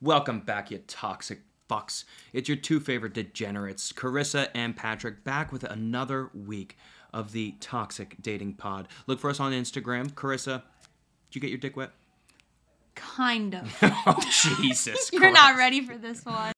Welcome back, you toxic fucks. It's your two favorite degenerates, Carissa and Patrick, back with another week of the Toxic Dating Pod. Look for us on Instagram. Carissa, did you get your dick wet? Kind of. Oh, Jesus. You're not Christ. ready for this one.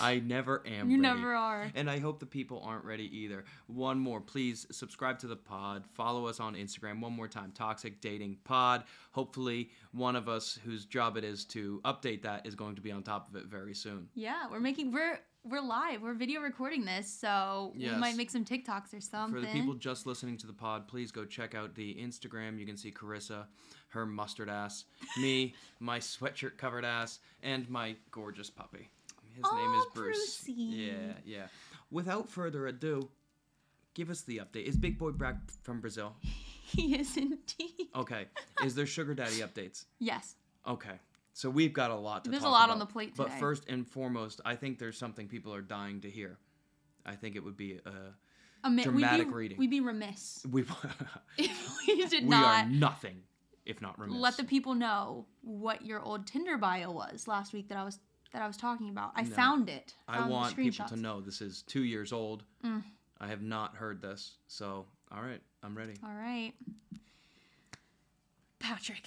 I never am. You ready. never are. And I hope the people aren't ready either. One more, please subscribe to the pod. Follow us on Instagram one more time, Toxic Dating Pod. Hopefully, one of us whose job it is to update that is going to be on top of it very soon. Yeah, we're making we're we're live. We're video recording this, so we Yes. might make some TikToks or something. For the people just listening to the pod, please go check out the Instagram. You can see Carissa, her mustard ass, me, my sweatshirt covered ass, and my gorgeous puppy. His name is Aw, Bruce. Brucey. Yeah, yeah. Without further ado, give us the update. Is Big Boy back from Brazil? he is indeed. Okay. Is there sugar daddy updates? Yes. Okay. So we've got a lot to There's a talk lot on about. the plate But today. first and foremost, I think there's something people are dying to hear. I think it would be uh Ami- Dramatic we'd be, reading. We'd be remiss we if we did we not are nothing if not remiss. let the people know what your old Tinder bio was last week that I was that I was talking about. I found it. I found the want people to screenshots. Mm. know this is 2 years old. I have not heard this. So, all right, I'm ready. All right. Patrick.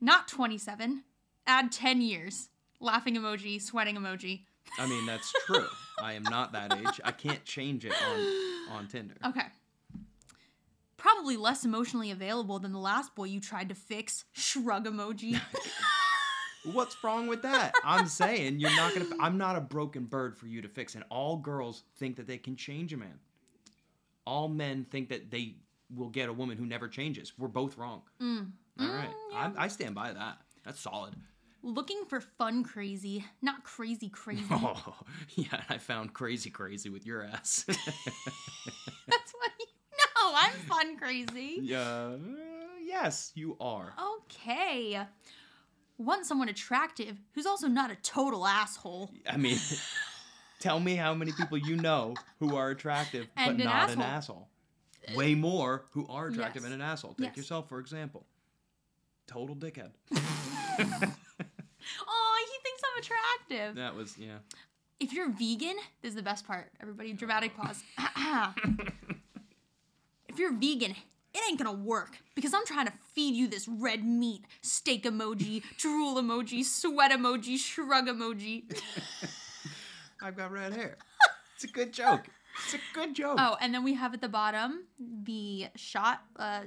Not 27. Add 10 years. Laughing emoji, sweating emoji. I mean, that's true. I am not that age. I can't change it on on Tinder. Okay. Probably less emotionally available than the last boy you tried to fix. Shrug emoji. What's wrong with that? I'm saying you're not gonna. I'm not a broken bird for you to fix. And all girls think that they can change a man. All men think that they will get a woman who never changes. We're both wrong. Mm. All right, I, I stand by that. That's solid. Looking for fun crazy, not crazy crazy. Oh yeah, I found crazy crazy with your ass. That's what you know. I'm fun crazy. yeah. uh, Yes, you are. Okay. Want someone attractive who's also not a total asshole. I mean, tell me how many people you know who are attractive but And an not an asshole. Way more who are attractive Yes. and an asshole. Take Yes. yourself for example. Total dickhead. Oh, he thinks I'm attractive. That was yeah. If you're vegan, this is the best part. Everybody, dramatic pause. if you're vegan, it ain't gonna work because I'm trying to feed you this red meat, steak emoji, drool emoji, sweat emoji, shrug emoji. I've got red hair. It's a good joke. It's a good joke. Oh, and then we have at the bottom the shot uh,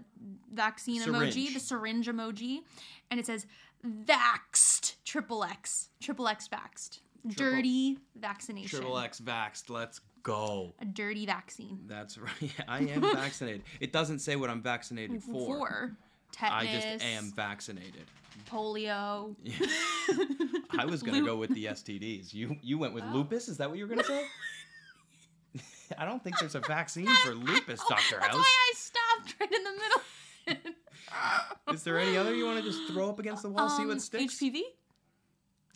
vaccine emoji, Syringe. the syringe emoji, and it says vaxed, triple X, triple X vaxed, dirty vaccination, Triple X vaxxed. Let's go. a dirty vaccine. That's right. I am vaccinated. It doesn't say what I'm vaccinated for. Four. I Tetanus. just am vaccinated. Polio. I was gonna go with the STDs. You you went Oh. with lupus. Is that what you were gonna say? I don't think there's a vaccine for lupus, Doctor Oh, That's House. why I stopped right in the middle. Is there any other you want to just throw up against the wall, see Um, what sticks? HPV?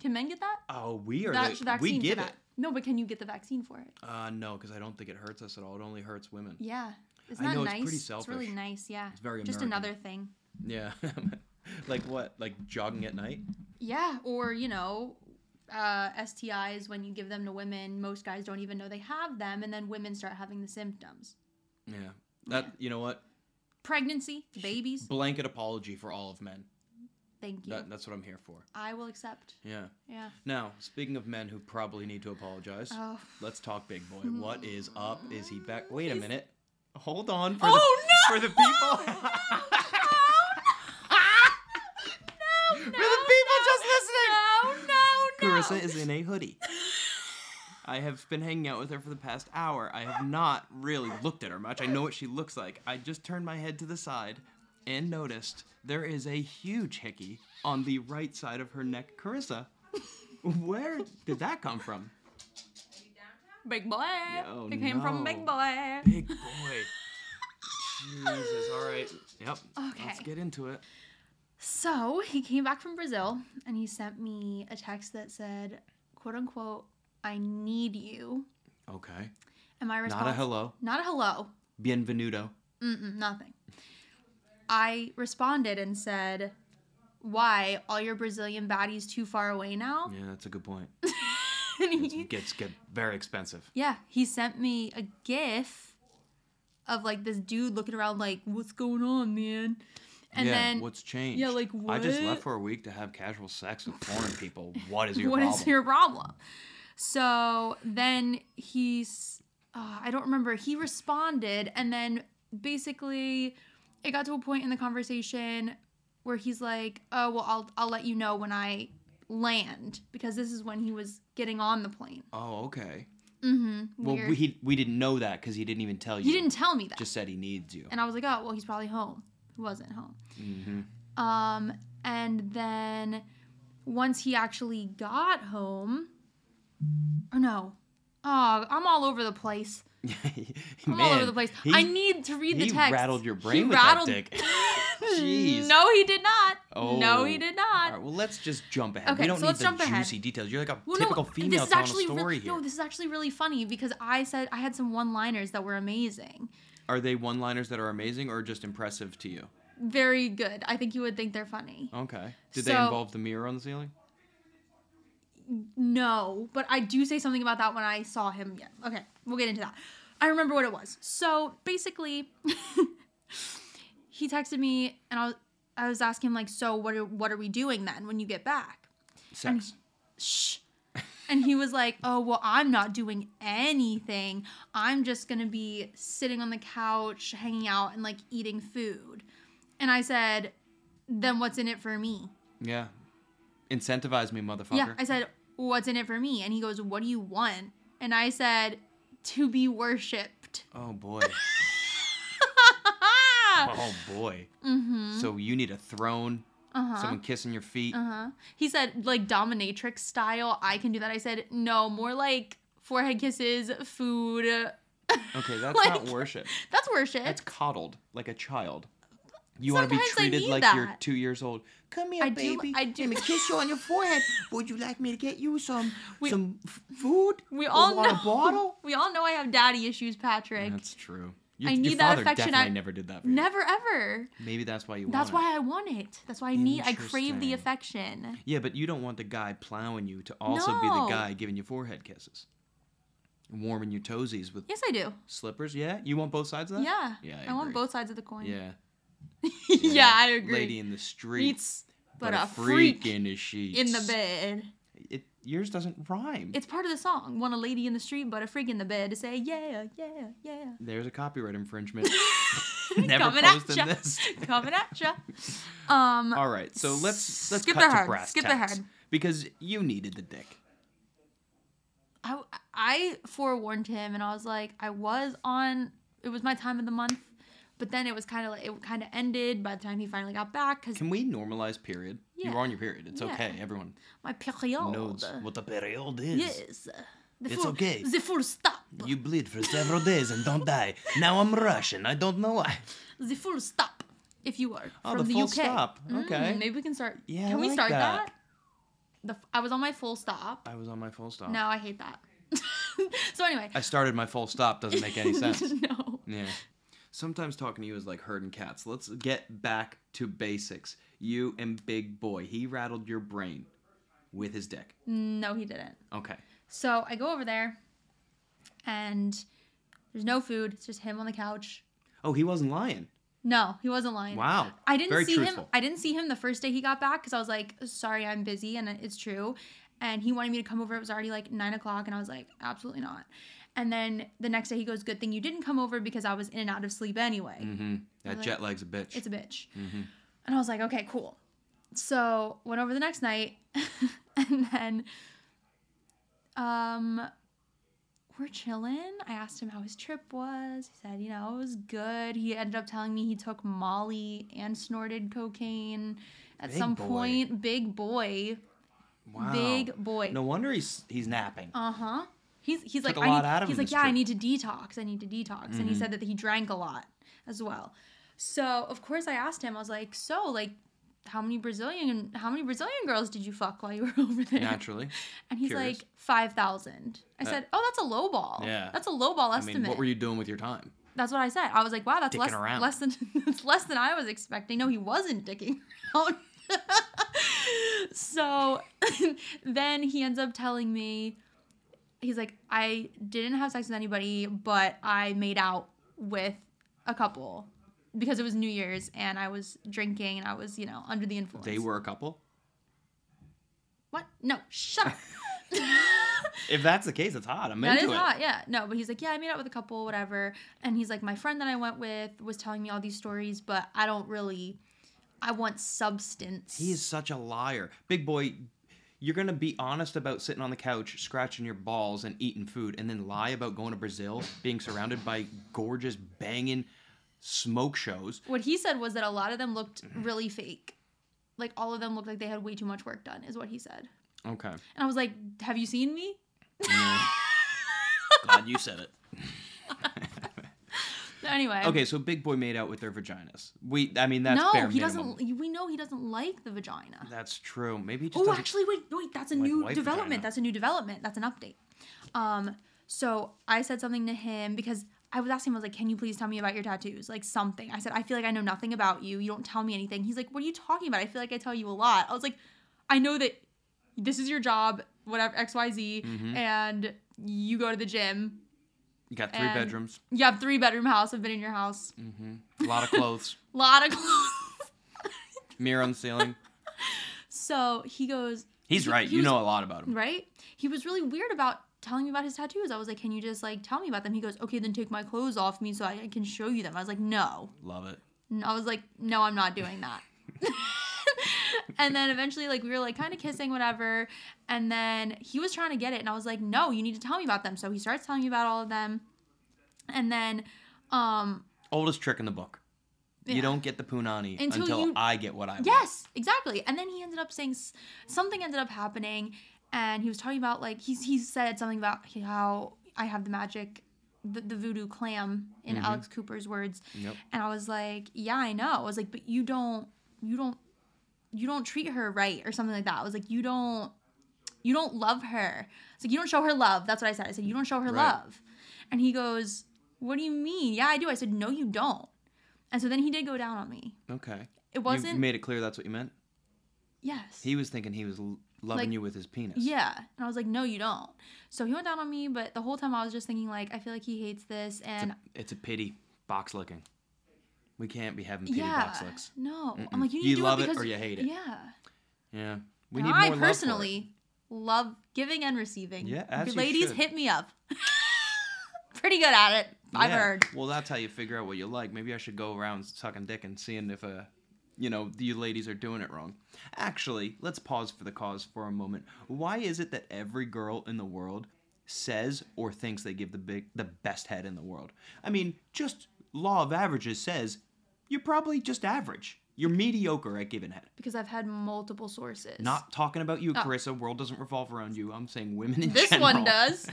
Can men get that? Oh, we are. That's the- we for give that. it. No, but can you get the vaccine for it? Uh, no, because I don't think it hurts us at all. It only hurts women. Yeah. Isn't I that know, it's nice? pretty really selfish. nice, yeah. It's very Just American. another thing. Yeah. like what? Like jogging at night? Yeah, or, you know, uh, STIs, when you give them to women, most guys don't even know they have them, and then women start having the symptoms. Yeah. That you know what? Pregnancy, babies. Blanket apology for all of men. Thank you. That, that's what I'm here for. I will accept. Yeah. Yeah. Now, speaking of men who probably need to apologize, Oh. let's talk big boy. Hmm. What is up? Is he back? Wait a minute. Hold on for Oh, the no! for the people. no, no, For the people just no, no, no. Carissa is in a hoodie. I have been hanging out with her for the past hour. I have not really looked at her much. I know what she looks like. I just turned my head to the side and noticed there is a huge hickey on the right side of her neck. Carissa, where did that come from? Big boy. Oh, it came from no. Big Boy. Big boy. Jesus. All right. Yep. Let's Okay. get into it. So he came back from Brazil and he sent me a text that said, quote unquote, I need you. Okay. And my response Not a hello. Not a hello. Bienvenuto. Mm-mm, nothing. I responded and said, Why? All your Brazilian baddies too far away now? Yeah, that's a good point. And he- It gets get very expensive. yeah, he sent me a gif of like this dude looking around like, What's going on, man? And yeah, then what's changed? yeah, like, I just what? left for a week to have casual sex with foreign people. What is your What is problem? your problem? So then he's, uh, I don't remember, he responded, and then basically it got to a point in the conversation where he's like, oh, well, I'll, I'll let you know when I land, because this is when he was getting on the plane. Oh, okay. Mm hmm. Well, Weird. we, he, we didn't know that because he didn't even tell you. he didn't tell me that. Just said he needs you. and I was like, oh, well, he's probably home. He wasn't home. Mm-hmm. Um, and then once he actually got home, or no, oh, I'm all over the place. I'm all over the place. I need to read the he text. rattled your He brain with that dick. Jeez. No, he did not. Oh. No, he did All not. right, well, let's just jump ahead. Okay, we don't so need let's the jump juicy ahead. details. You're like a Well, typical no, female this is telling a actually story really, here. no, this is actually really funny because I said I had some one-liners that were amazing, Are they one-liners that are amazing or just impressive to you? very good. I think you would think they're funny. Okay. Did they So- involve the mirror on the ceiling? No, but I do say something about that when I saw him. Yeah. Okay, we'll get into that. I remember what it was. So basically, he texted me and I was I was asking him like, so what are what are we doing then when you get back? Sex. Shh. And he was like, oh well, I'm not doing anything. I'm just gonna be sitting on the couch, hanging out, and like eating food. And I said, then what's in it for me? Yeah. Incentivize me, motherfucker. Yeah, I said, "What's in it for me?" And he goes, "What do you want?" And I said, "To be worshipped." oh boy. uh Oh boy. Mm-hmm. So you need a throne, huh. someone kissing your feet. Uh huh. He said, "Like dominatrix style, I can do that." I said, "No, more like forehead kisses, food. Okay, that's not Like- worship. That's worship." That's coddled like a child. You want to be Sometimes I treated need like you're that. two years old. Come here, I do- baby. I do- Let me kiss you on your forehead. Would you like me to get you some We- some f- food? we Or all want know. a bottle. We all know I have daddy issues, Patrick. That's true. Your, I your need that father affection. definitely I- never did that for you. Never ever. Maybe that's why you That's want it. why I want it. That's why I need. I crave Interesting. the affection. Yeah, but you don't want the guy plowing you to also be the No. guy giving you forehead kisses. Warming your toesies with Yes, I do. slippers. Yeah, you want both sides of that? Yeah. Yeah, I I, want agree. both sides of the coin. Yeah. Yeah, I agree. Lady in the street. Meets, but, a, freak, freak, in the sheets. in the bed. It, yours doesn't rhyme. It's part of the song. Want a lady in the street, but a freak in the bed to say, yeah, yeah, yeah. There's a copyright infringement. Never Coming at posting ya. this. Coming at ya. Um, All right, so let's let's Skip cut to ahead, brass skip tacks ahead. because you needed the dick. I, I forewarned him, and I was like, I was on. It was my time of the month, but then it was kind of like it kind of ended by the time he finally got back because Can we normalize period? You Yeah. were on your period. It's Yeah. uh, okay. Everyone my period. knows what the period is. Yes. The It's full, okay. The full stop. You bleed for several days and don't die. Now I'm Russian. I don't know why. the full stop, if you are Oh, from the the, full UK. stop. Okay. Mm, maybe we can start. Yeah, I Can we like start that. that? The f- I was on my full stop. I was on my full stop. No, I hate that. so anyway. I started my full stop. Doesn't make any sense. no. Yeah. Sometimes talking to you is like herding cats. Let's get back to basics. You and Big Boy. He rattled your brain with his dick. No, he didn't. Okay. So I go over there, and there's no food. It's just him on the couch. Oh, he wasn't lying. No, he wasn't lying. Wow. I didn't Very see truthful. him. I didn't see him the first day he got back because I was like, sorry, I'm busy, and it's true. And he wanted me to come over. It was already like nine o'clock, and I was like, absolutely not. And then the next day he goes, good thing you didn't come over because I was in and out of sleep anyway. Mm-hmm. That Like, jet lag's a bitch. It's a bitch. Mm-hmm. And I was like, okay, cool. So went over the next night, and then, um, we're chilling. I asked him how his trip was. He said, you know, it was good. He ended up telling me he took Molly and snorted cocaine at Big some boy. point. Big boy, wow. big boy. No wonder he's he's napping. Uh huh. He's he's like a I lot need, out of he's him like this yeah I trip." Mm-hmm. need to detox I need to detox and he said that he drank a lot as well. So of course I asked him I was like so like how many Brazilian how many Brazilian girls did you fuck while you were over there? Naturally. and he's curious. Uh, like five thousand. I said oh that's a low ball. yeah. That's a low ball I estimate. mean, what were you doing with your time? That's what I said. I was like, wow, that's Dicking less, around. less than that's less than I was expecting. No, he wasn't dicking around. so then he ends up telling me, he's like, I didn't have sex with anybody, but I made out with a couple because it was New Year's and I was drinking and I was, you know, under the influence. They were a couple. what? No, shut up. If that's the case, it's hot. I'm That into is it. hot, yeah. No, but he's like, yeah, I made out with a couple, whatever. And he's like, my friend that I went with was telling me all these stories, but I don't really, I want substance. He is such a liar. Big boy, you're going to be honest about sitting on the couch, scratching your balls, and eating food, and then lie about going to Brazil, being surrounded by gorgeous, banging smoke shows. What he said was that a lot of them looked Mm-hmm. really fake. Like all of them looked like they had way too much work done, is what he said. Okay. And I was like, have you seen me? Glad you said it. Anyway. Okay, so Big Boy made out with their vaginas. We, I mean, that's No, bare he minimum. doesn't. We know he doesn't like the vagina. That's true. Maybe he just Oh, doesn't- actually, wait, wait. That's a Like new white development. vagina. That's a new development. That's an update. Um, so I said something to him because I was asking him. I was like, "Can you please tell me about your tattoos? Like something." I said, "I feel like I know nothing about you. You don't tell me anything." He's like, "What are you talking about? I feel like I tell you a lot." I was like, "I know that this is your job, whatever X Y Z, Mm-hmm. and you go to the gym. you got three and- bedrooms, You have three bedroom house. I've been in your house. Mm. a lot of clothes, lot of clothes." mirror on the ceiling. so he goes. He's he- right. he you was know a lot about him. right? He was really weird about telling me about his tattoos. I was like, "Can you just like tell me about them?" He goes, "Okay, then take my clothes off me so I, I can show you them." I was like, "No," Love it. and I was like, "No, I'm not doing that." and then eventually, like we were like kind of kissing, whatever. And then he was trying to get it, and I was like, "No, you need to tell me about them." So he starts telling me about all of them, and then, um, Oldest trick in the book. yeah. You don't get the punani until, Until you- I get what I want. Yes, exactly. And then he ended up saying s- something ended up happening, and he was talking about like he's he said something about how I have the magic, the, the voodoo clam in Mm-hmm. Alex Cooper's words, Yep. and I was like, yeah, I know. I was like, but you don't, you don't, you don't treat her right or something like that. I was like, you don't, you don't love her. It's like you don't show her love. That's what I said. I said you don't show her Right. love, and he goes, what do you mean? Yeah, I do. I said no, you don't. And so then he did go down on me. Okay. It You- wasn't You made it clear that's what you meant? yes. He was thinking he was l- loving Like- you with his penis. Yeah. And I was like, no, you don't. So he went down on me, but the whole time I was just thinking, like, I feel like he hates this. It's And a, it's a pity. Box licking. We can't be having pity yeah. box licks. No. Mm-mm. I'm like, you need You to do love it it because. or you hate it. Yeah. Yeah. We And need I more personally love, giving and receiving. Yeah, as you Ladies, should. hit me up. Pretty good at it. love for it. I've Yeah. heard. Well, that's how you figure out what you like. Maybe I should go around sucking dick and seeing if, uh, you know, you ladies are doing it wrong. Actually, let's pause for the cause for a moment. Why is it that every girl in the world says or thinks they give the big, the best head in the world? I mean, just law of averages says you're probably just average. You're mediocre at giving head. Because I've had multiple sources. Not talking about you, Carissa. World doesn't revolve around you. I'm saying women in Oh. this general. one does.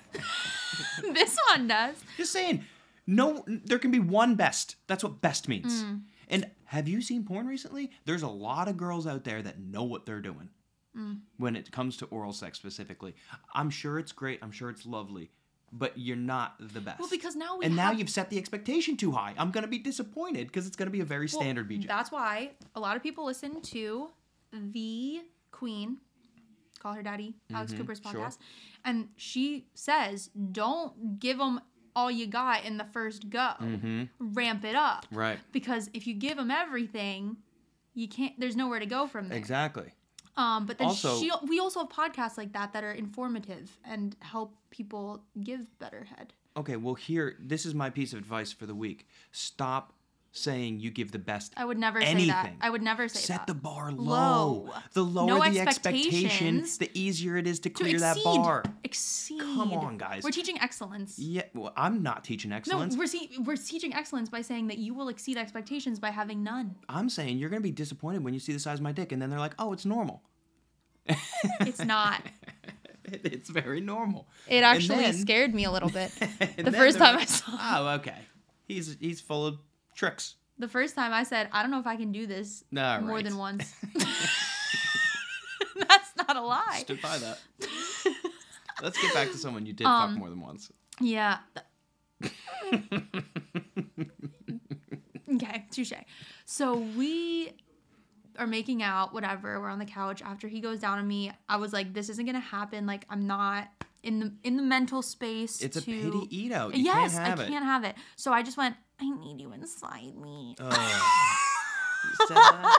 this one does. Just saying, no, there can be one best. That's what best means. Mm. And have you seen porn recently? There's a lot of girls out there that know what they're doing Mm. when it comes to oral sex specifically. I'm sure it's great. I'm sure it's lovely, but you're not the best. Well, because now we and now have you've set the expectation too high. I'm gonna be disappointed because it's gonna be a very Well, standard BJ. That's why a lot of people listen to the Queen, call her daddy, Alex Cooper's Mm-hmm, sure. podcast, and she says, "Don't give them all you got in the first go. Ramp it up, Mm-hmm. right. because if you give them everything." You can't. There's nowhere to go from there. Exactly. Um, but then Also- she, we also have podcasts like that that are informative and help people give better head. Okay. Well, here, this is my piece of advice for the week. Stop saying you give the best I would never say that. Anything. I would never say Set that. the bar low. Low. The lower No the expectation, expectations. the easier it is to to clear that exceed- bar. Exceed. Come on, guys. We're teaching excellence. Yeah, well, I'm not teaching No, excellence. we're, see- we're teaching excellence by saying that you will exceed expectations by having none. I'm saying you're going to be disappointed when you see the size of my dick, and then they're like, oh, it's normal. It's not. It- It's very normal. It And actually then- scared me a little bit. and the then first they're time like, I saw it. Oh, okay. He's he's full of tricks. The first time I said, I don't know if I can do this All more right. than once. That's not a lie. Stood by that. Um, Let's get back to someone you did fuck more than once. Yeah. touche. So we are making out, whatever. We're on the couch. After he goes down on me, I was like, "This isn't gonna happen. Like, I'm not in the in the mental space." It's a to... pity eat out. You yes, can't have I it. can't have it. So I just went. I need you inside me. Ugh. You said that?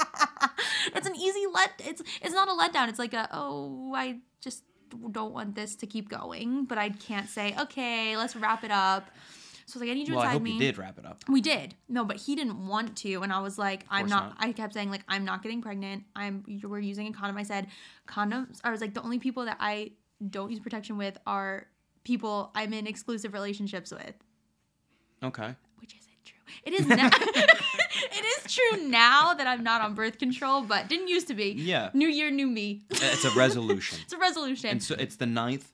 it's an easy let. It's it's not a letdown. It's like a oh, I just don't want this to keep going, but I can't say okay, let's wrap it up. So I was like, I need you Well, I inside hope me. you did wrap it up. We did. No, but he didn't want to, and I was like, I'm course not, not. I kept saying like I'm not getting pregnant. I'm you were using a condom. I said condoms. I was like the only people that I don't use protection with are people I'm in exclusive relationships with Okay. which isn't true. It is now. it is true now that I'm not on birth control, but didn't used to be. Yeah. New year, new me. It's a resolution. it's a resolution. and so it's the ninth.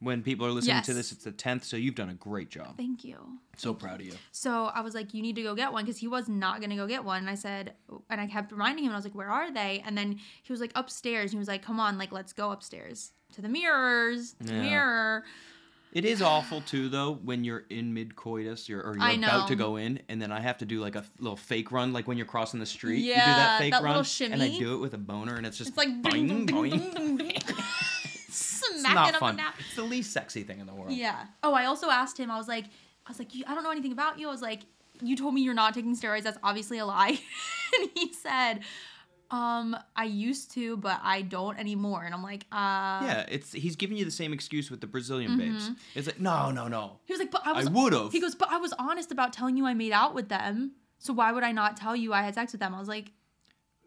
When people are listening to Yes. this, it's the tenth. So you've done a great job. Thank you. So proud of you. So I was like, you need to go get one because he was not going to go get one. And I said, and I kept reminding him, and I was like, where are they? And then he was like, upstairs. And he was like, come on, like, let's go upstairs to the mirrors, to the Yeah. mirror. It is awful too, though, when you're in mid coitus, you're or you're I about to know. go in, and then I have to do like a f- little fake run, like when you're crossing the street. you do Yeah, that fake that run, little and I shimmy. do it with a boner, and it's just It's like, boing, ding, ding, ding, boing. ding, ding, ding. It's smacking not up fun. and down. It's the least sexy thing in the world. Yeah. Oh, I also asked him. I was like, I was like, you, I don't know anything about you. I was like, you told me you're not taking steroids. That's obviously a lie. and he said, um, I used to, but I don't anymore. And I'm like, uh. Yeah, it's he's giving you the same excuse with the Brazilian babes. It's like no, no, no. Mm-hmm. He was like, but I I was. would have. he goes, but I was honest about telling you I made out with them. So why would I not tell you I had sex with them? I was like,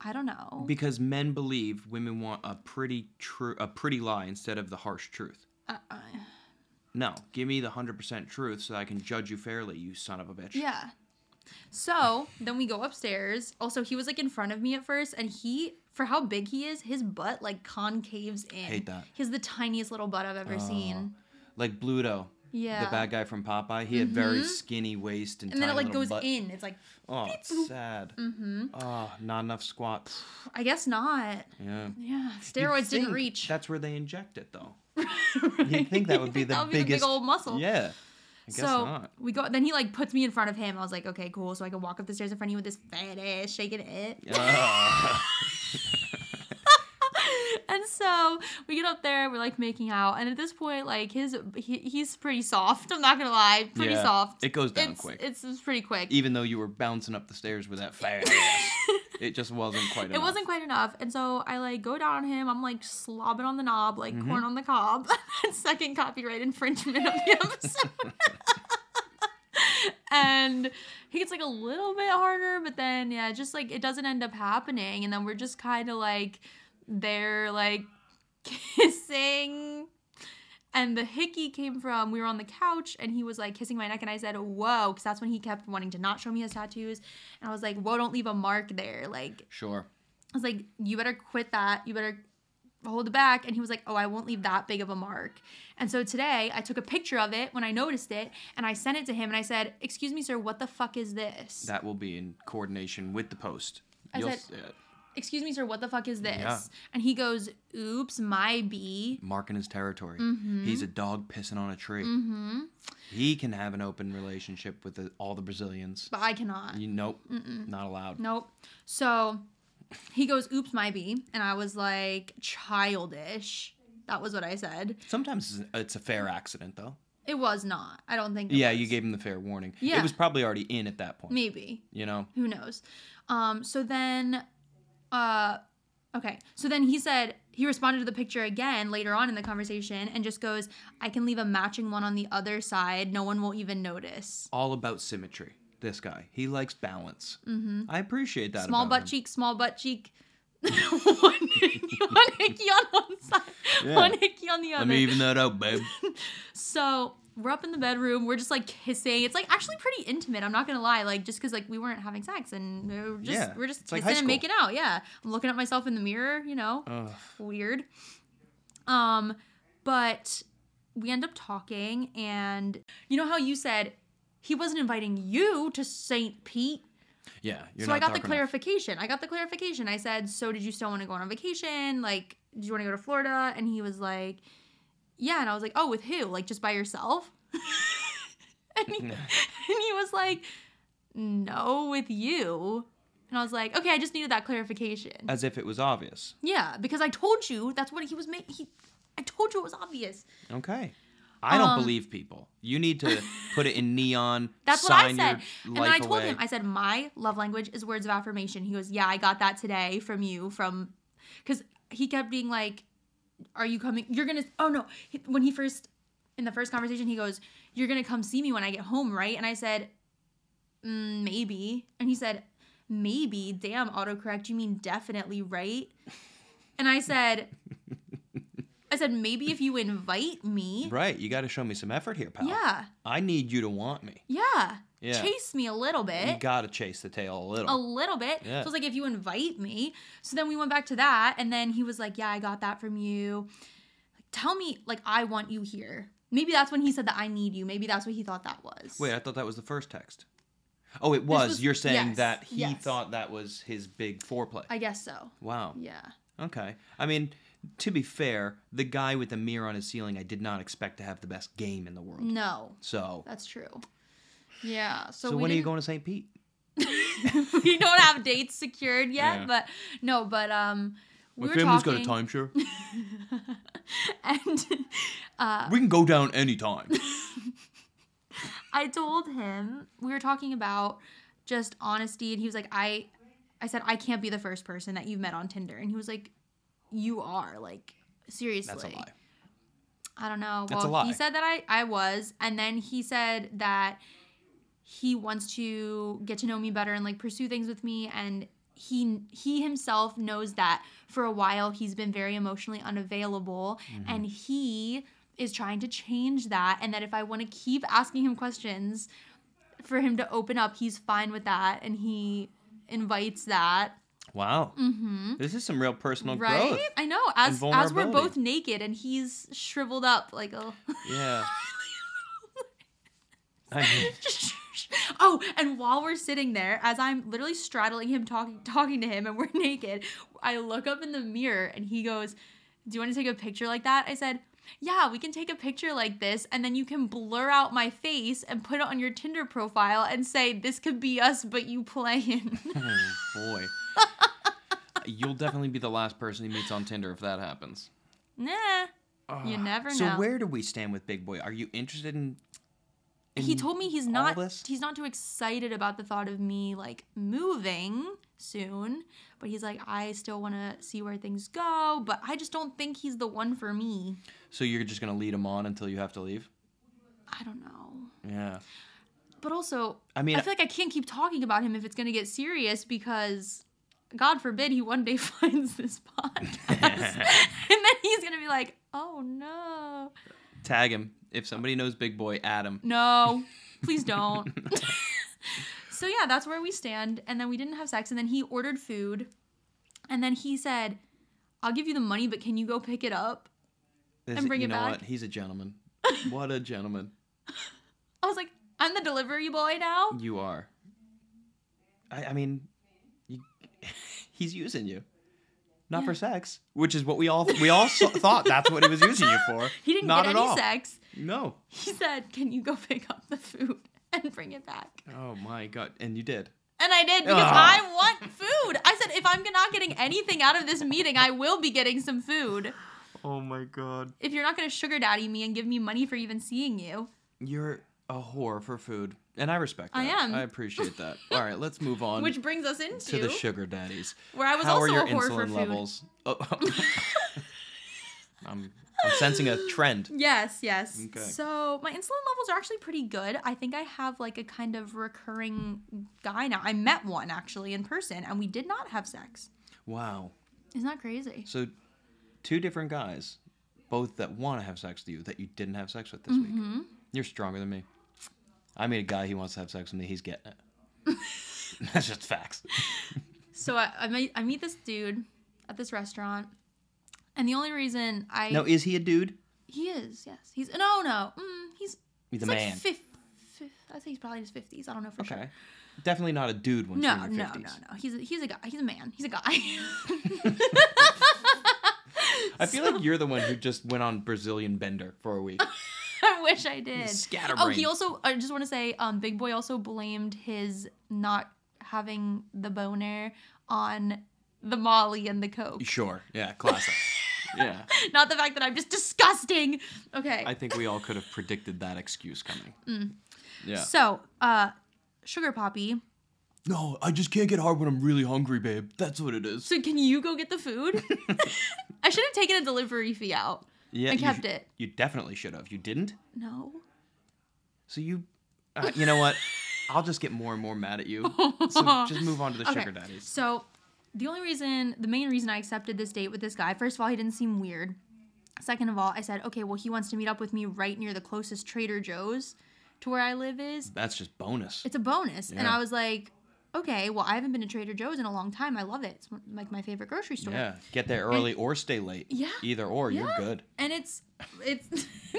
I don't know. because men believe women want a pretty true, a pretty lie instead of the harsh truth. uh, uh, No, give me the hundred percent truth so that I can judge you fairly, you son of a bitch. Yeah. So then we go upstairs. Also, he was like in front of me at first, and he, for how big he is, his butt like concaves in. Hate that. He has the tiniest little butt I've ever seen. Like Bluto, Yeah. Mm-hmm. the bad guy from Popeye. He had very skinny waist and, and then it tiny like little goes butt. in. It's like, Oh, it's sad. Mm-hmm. Oh, not enough squats. I guess not. Yeah. Yeah. You'd Steroids didn't think reach. That's where they inject it, though. I You'd think that would be the biggest. big old muscle. Yeah. I guess so not. we go. Then he like puts me in front of him. I was like, okay, cool. So I can walk up the stairs in front of you with this fat ass shaking it. Ugh. and so we get up there, we're like making out, and at this point, like his he, he's pretty soft. I'm not gonna lie, pretty Yeah, soft. it goes down it's, quick. It's, it's pretty quick. Even though you were bouncing up the stairs with that fat ass, it just wasn't quite enough. It wasn't quite enough, and so I like go down on him. I'm like slobbing on the knob, like Mm-hmm. corn on the cob. Second copyright infringement of the episode. and he gets like a little bit harder, but then yeah, just like it doesn't end up happening, and then we're just kind of like they're like kissing. And the hickey came from we were on the couch and he was like kissing my neck and I said whoa because that's when he kept wanting to not show me his tattoos and I was like whoa don't leave a mark there like Sure. I was like, you better quit that. You better hold it back. And he was like, oh, I won't leave that big of a mark. And so today I took a picture of it when I noticed it and I sent it to him and I said, excuse me, sir, what the fuck is this? That will be in coordination with the post. I You'll uh, said- see it. excuse me, sir, what the fuck is this? Yeah. And he goes, oops, my bee. marking his territory. Mm-hmm. He's a dog pissing on a tree. He can have an open relationship with the, all the Brazilians. But I cannot. You nope, not allowed. Nope. So he goes, oops, my bee. And I was like, childish. That was what I said. Sometimes it's- it's a fair accident though. It was not. I don't think. it yeah, was. you gave him the fair warning. Yeah. It was probably already in at that point. Maybe. You know, who knows um so then uh okay so then he said he responded to the picture again later on in the conversation and just goes i can leave a matching one on the other side no one will even notice all about symmetry. This guy, he likes balance. Mm-hmm. I appreciate that. small about butt him. cheek small butt cheek one, hickey, one hickey on one side Yeah. one hickey on the other Let me even that out, babe. so we're up in the bedroom we're just like kissing it's like actually pretty intimate i'm not gonna lie like just because like we weren't having sex and we we're just Yeah. we're just It's like kissing high and school. making out yeah i'm looking at myself in the mirror you know Ugh. weird. Um, but we end up talking, and you know how you said he wasn't inviting you to St. Pete? Yeah, you're so not I got the dark enough. clarification. I got the clarification. I said, So did you still want to go on a vacation? Like, do you want to go to Florida? And he was like, Yeah. And I was like, Oh, with who? Like, just by yourself? and, he, and he was like, no with you. And I was like, okay, I just needed that clarification. As if it was obvious. yeah, because I told you that's what he was making. He, I told you it was obvious. Okay. I don't Um, believe people. You need to put it in neon. That's sign what I said. Your And then life I told away. him, I said, my love language is words of affirmation. He goes, yeah, I got that today from you, from, because he kept being like, are you coming? You're going to, oh no. He- When he first, in the first conversation, he goes, you're going to come see me when I get home, right? And I said, mm, maybe. And he said, maybe. Damn, autocorrect. You mean definitely, right? And I said, I said, maybe if you invite me. right. You got to show me some effort here, pal. Yeah. I need you to want me. Yeah. Yeah. Mm-hmm. Chase me a little bit. You got to chase the tail a little. a little bit. Yeah. So I was like, if you invite me. So then we went back to that. And then he was like, yeah, I got that from you. Like, tell me, like, I want you here. Maybe that's when he said that I need you. Maybe that's what he thought that was. Wait, I thought that was the first text. Oh, it was. was- You're saying yes, that he yes. thought that was his big foreplay. I guess so. wow. Yeah. Okay. I mean, to be fair, the guy with the mirror on his ceiling, I did not expect to have the best game in the world. No, So, Mm. that's true. Yeah. So, so, we when are you didn't- going to St. Pete? we don't have dates secured yet, Yeah. but no, but um, we My were family's talking, got a timeshare. and uh, we can go down anytime. I told him we were talking about just honesty, and he was like, "I," I said, "I can't be the first person that you've met on Tinder," and he was like, "You are like seriously." That's a lie. I don't know. That's a Well, lie. he said that I I was, and then he said that he wants to get to know me better and like pursue things with me and he he himself knows that for a while he's been very emotionally unavailable Mm-hmm. and he is trying to change that and that if I want to keep asking him questions for him to open up, he's fine with that and he invites that. Mm-hmm. Wow. This is some real personal Right? growth. I know. As as we're vulnerability. both naked and he's shriveled up like a Yeah. I mean, oh, and while we're sitting there, as I'm literally straddling him, talking talking to him, and we're naked, I look up in the mirror, and he goes, "Do you want to take a picture like that?" I said, "Yeah, we can take a picture like this, and then you can blur out my face and put it on your Tinder profile and say this could be us, but you playing." oh, boy. You'll definitely be the last person he meets on Tinder if that happens. nah, you never know. So where do we stand with Big Boy? Are you interested in? he in- told me he's all not this? he's not too excited about the thought of me like moving soon but he's like i still want to see where things go but i just don't think he's the one for me So you're just gonna lead him on until you have to leave? i don't know Yeah. but also I mean, i feel like i can't keep talking about him if it's going to get serious because god forbid he one day finds this podcast and then he's going to be like oh no tag him if somebody knows Big Boy. Add him. No, please don't. so yeah, that's where we stand. And then we didn't have sex. And then he ordered food. And then he said, I'll give you the money, but can you go pick it up? This- And bring you it know back. what? He's a gentleman. what a gentleman I was like, I'm the delivery boy now. you are. I, I mean, you, he's using you, not for sex, which is what we all we all so- thought that's what he was using you for. He didn't not get at any all. sex. No. He said, Can you go pick up the food and bring it back? Oh my god! And you did. And I did because Ugh. I want food. I said, If I'm not getting anything out of this meeting, I will be getting some food. Oh my god. If you're not going to sugar daddy me and give me money for even seeing you, You're a whore for food, and I respect. That. I am. I appreciate that. all right, let's move on. which brings us into to the sugar daddies. Where I was How also are your a whore insulin for food. levels? Oh, I'm, I'm sensing a trend. Yes, yes. Okay. So my insulin levels are actually pretty good. I think I have like a kind of recurring guy now. I met one actually in person and we did not have sex. Wow. Isn't that crazy? So, two different guys, both that want to have sex with you that you didn't have sex with this Mm-hmm. week. You're stronger than me. I meet a guy who wants to have sex with me. He's getting it. That's just facts. So I, I, meet, I meet this dude at this restaurant. And the only reason I Now, is he a dude? he is yes he's no no mm, he's He's a he's man. like fifth, fifth I think he's probably in his fifties I don't know for sure Okay. Definitely not a dude when no you're in no your no 50s. no he's a, he's a guy he's a man he's a guy I feel like you're the one who just went on Brazilian bender for a week. I wish I did. Scatterbrain. Oh, he also. I just want to say, um, Big Boy also blamed his not having the boner on the Molly and the Coke, Sure. Yeah. Classic. yeah. not the fact that I'm just disgusting. Okay. I think we all could have predicted that excuse coming. Mm. Yeah. So, uh, Sugar Poppy. No, I just can't get hard when I'm really hungry, babe. That's what it is. So can you go get the food? I should have taken a delivery fee out. Yeah. I you kept sh- it. You definitely should have. You didn't. No. So you, uh, you know what? I'll just get more and more mad at you. So just move on to the Okay. sugar daddies. So, the only reason, the main reason I accepted this date with this guy, first of all, he didn't seem weird. Second of all, I said, okay, well, he wants to meet up with me right near the closest Trader Joe's to where I live is. That's just bonus. It's a bonus. And Yeah. I was like, okay, well, I haven't been to Trader Joe's in a long time. I love it. It's like my favorite grocery store. Yeah. Get there early or stay late. Yeah. Either or, you're Yeah. good. And it's, it's,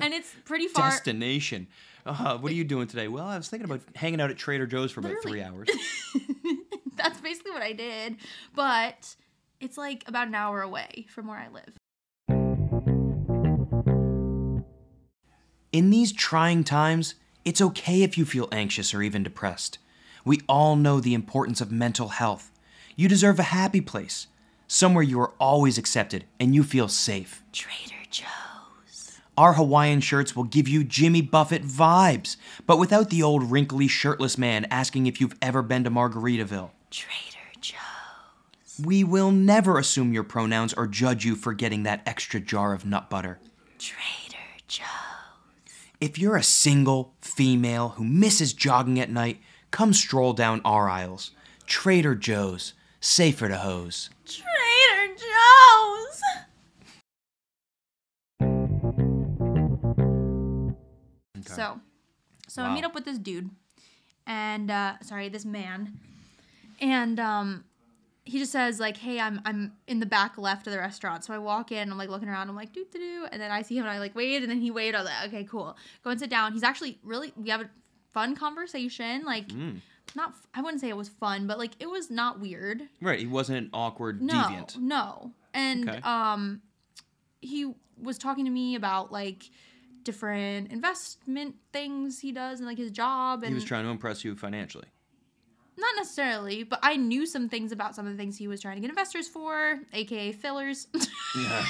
and it's pretty far. Destination. Uh, what are you doing today? Well, I was thinking about hanging out at Trader Joe's for about Literally. three hours. That's basically what I did. But it's like about an hour away from where I live. In these trying times, it's okay if you feel anxious or even depressed. We all know the importance of mental health. You deserve a happy place, somewhere you are always accepted and you feel safe. Trader Joe's. Our Hawaiian shirts will give you Jimmy Buffett vibes, but without the old wrinkly shirtless man asking if you've ever been to Margaritaville. Trader Joe's. We will never assume your pronouns or judge you for getting that extra jar of nut butter. Trader Joe's. If you're a single female who misses jogging at night, come stroll down our aisles. Trader Joe's, safer to hose. Trader Joe's. So, so I Wow. meet up with this dude, and uh, sorry, this man, and um, he just says like, "Hey, I'm I'm in the back left of the restaurant." So I walk in, I'm like looking around, I'm like, "Doo doo doo," and then I see him, and I like wave, and then he waved. I was like, "Okay, cool." Go and sit down. He's actually really we have a fun conversation. Like, not f- I wouldn't say it was fun, but like it was not weird. Right, he wasn't an awkward No, no. And Okay. um, he was talking to me about like different investment things he does and like his job and trying to impress you financially. not necessarily, but I knew some things about some of the things he was trying to get investors for, aka fillers. Yeah.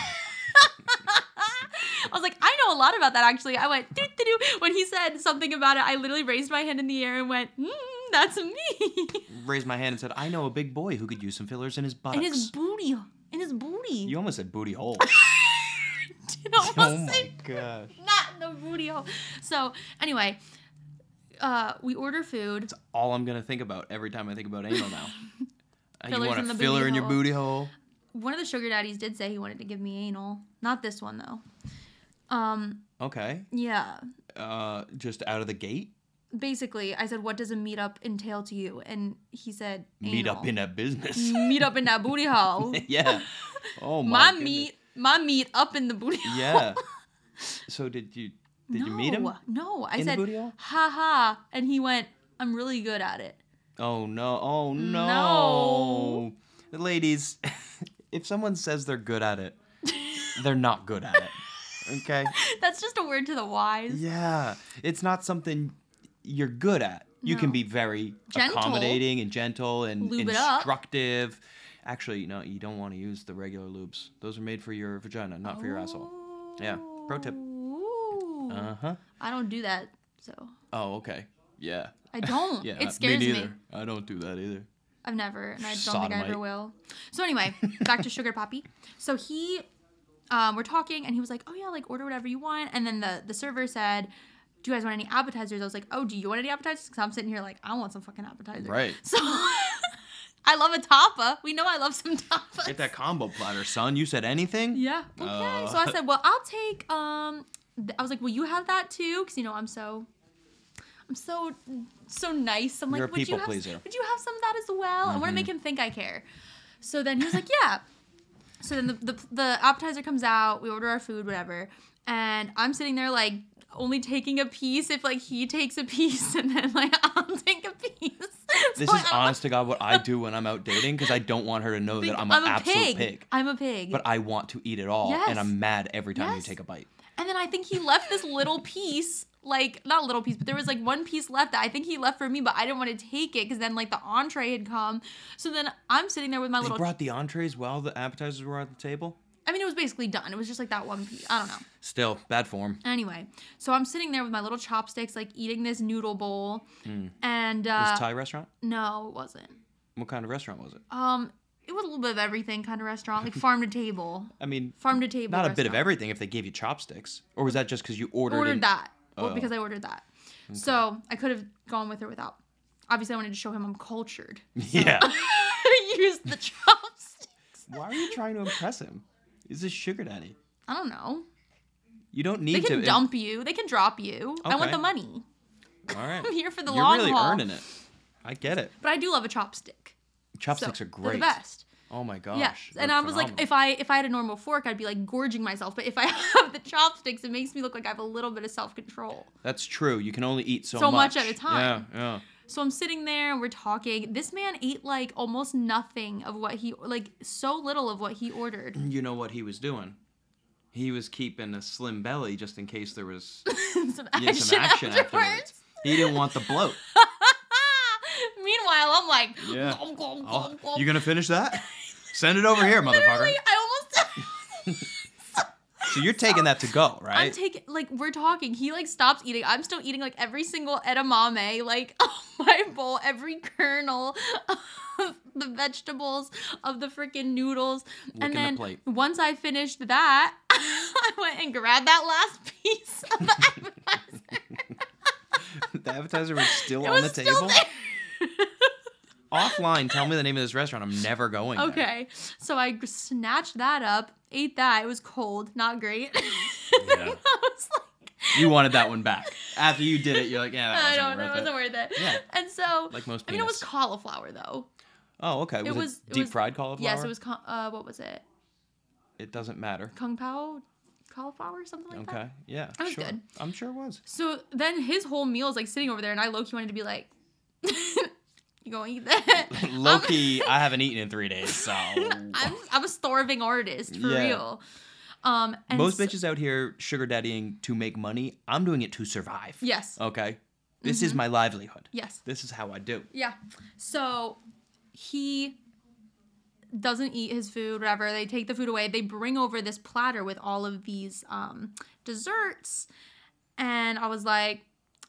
I was like, I know a lot about that actually. I went doo doo doo when he said something about it. I literally raised my hand in the air and went, mm, "That's me." Raised my hand and said, I know a big boy who could use some fillers in his buttocks. in his booty, in his booty. you almost said booty hole. Did almost oh say my gosh. not the rodeo. So anyway, uh, we order food. All I'm going to think about every time I think about anal now. Uh, you Fillers want in a the filler booty in your hole. booty hole? One of the sugar daddies did say he wanted to give me anal. Not this one though. Um, Okay. yeah. Uh, just out of the gate? Basically, I said, "What does a meetup entail to you?" And he said, Meet anal. up in that business. meet up in that booty hole. yeah. Oh my. my goodness. meat, my meat up in the booty hole. Yeah. So did you did no, you meet him? No, I in the said, booty hole? "Ha ha," and he went, "I'm really good at it." Oh no! Oh no! No. Ladies, if someone says they're good at it, they're not good at it. Okay. That's just a word to the wise. Yeah, it's not something you're good at. You can No. be very Gentle. accommodating and gentle and Lube it up. instructive. Actually, no, you don't want to use the regular lubes. Those are made for your vagina, not for your asshole. Yeah, pro tip. Ooh. Uh huh. I don't do that, so Oh, okay. Yeah. I don't. Yeah. it scares me. I don't do that either. I've never, and I don't think I Sodomite. ever will. So anyway, back to Sugar Poppy. So he, um, we're talking, and he was like, "Oh yeah, like order whatever you want." And then the the server said, "Do you guys want any appetizers?" I was like, "Oh, do you want any appetizers?" Because I'm sitting here like, I want some fucking appetizers. Right. So I love a tapa. We know I love some tapas. Get that combo platter, son. You said anything? Yeah. Okay. so I Uh. said, well, I'll take. Um, th- I was like, will you have that too? Because you know, I'm so, I'm so, so nice. I'm like, You're a would people you have? pleaser. Mm-hmm. Would you have some of that as well? I want to make him think I care. So then he was like, yeah. So then the, the the appetizer comes out. We order our food, whatever, and I'm sitting there like only taking a piece if like he takes a piece and then like I'll take a piece. This So is Oh, I don't honest to God what I do when I'm out dating because I don't want her to know think- that I'm an absolute pig. I'm a pig. But I want to eat it all, Yes. and I'm mad every time you Yes. take a bite. And then I think he left this little piece, like not a little piece, but there was like one piece left that I think he left for me, but I didn't want to take it because then like the entree had come. So then I'm sitting there with my They little. brought the entrees while the appetizers were at the table. I mean, it was basically done. It was just like that one piece. I don't know. Still bad form. Anyway, so I'm sitting there with my little chopsticks, like eating this noodle bowl, and Hmm. It was uh, Thai restaurant. no, it wasn't. What kind of restaurant was it? Um, it was a little bit of everything kind of restaurant, like farm to table, I mean, farm to table. not a bit of restaurant. everything if they gave you chopsticks, or was that just because you ordered? in- Ordered that well, Oh. because I ordered that, so I could have gone with or without. Obviously, I wanted to show him I'm cultured. Yeah. I used the chopsticks. Why are you trying to impress him? He's a sugar daddy. I don't know. You don't They need can to. eh, dump you. They can drop you. I want Okay. the money. All right. I'm here for the You're long really haul. earning it. I get it. But I do love a chopstick. So, Chopsticks are They're great. the best. Oh my gosh. Yes, they're and I was like, phenomenal. if I if I had a normal fork, I'd be like gorging myself. But if I have the chopsticks, it makes me look like I have a little bit of self control. that's true. You can only eat so, So much at a time. Yeah, yeah. So I'm sitting there and we're talking. This man ate like almost nothing of what he like so little of what he ordered. You know what he was doing? He was keeping a slim belly just in case there was some action, yeah, some action afterwards. afterwards. He didn't want the bloat. Meanwhile, I'm like, Yeah. "Gulp, gulp, Oh, gulp, gulp." you gonna finish that? Send it over here, motherfucker. Literally, I almost. So you're taking that to go, I'm right? taking like we're talking. He like stops eating. I'm still eating like every single edamame, like my bowl, every kernel of the vegetables of the freaking noodles. Licking and the then plate. once I finished that, I went and grabbed that last piece of the appetizer. the appetizer was still it on was the still table. there. Offline, tell me the name of this restaurant. I'm never going. there. okay, so I g- snatched that up, ate that. It was cold, not great. Yeah. I was like, You wanted that one back. After you did it, you're like, yeah, I that don't wasn't know, it worth wasn't it. worth it. Yeah. And so, Like most I mean, it was penis. cauliflower though. Oh, okay. Was it, was- it deep was- fried cauliflower? Yes, it was. Con- uh, what was it? It doesn't matter. Kung Pao cauliflower or something like that. Okay. Yeah. It was sure. good. I'm sure it was. So then his whole meal is like sitting over there, and I low key wanted to be like, "You gonna eat that?" Low key, I haven't eaten in three days, so I'm, I'm, I'm a starving artist for Yeah. real. Um, and most so- bitches out here sugar daddying to make money. I'm doing it to survive. Yes. Mm-hmm. Okay. This is my livelihood. Yes. This is how I do. Yeah. So he doesn't eat his food, whatever. They take the food away. They bring over this platter with all of these um, desserts. And I was like,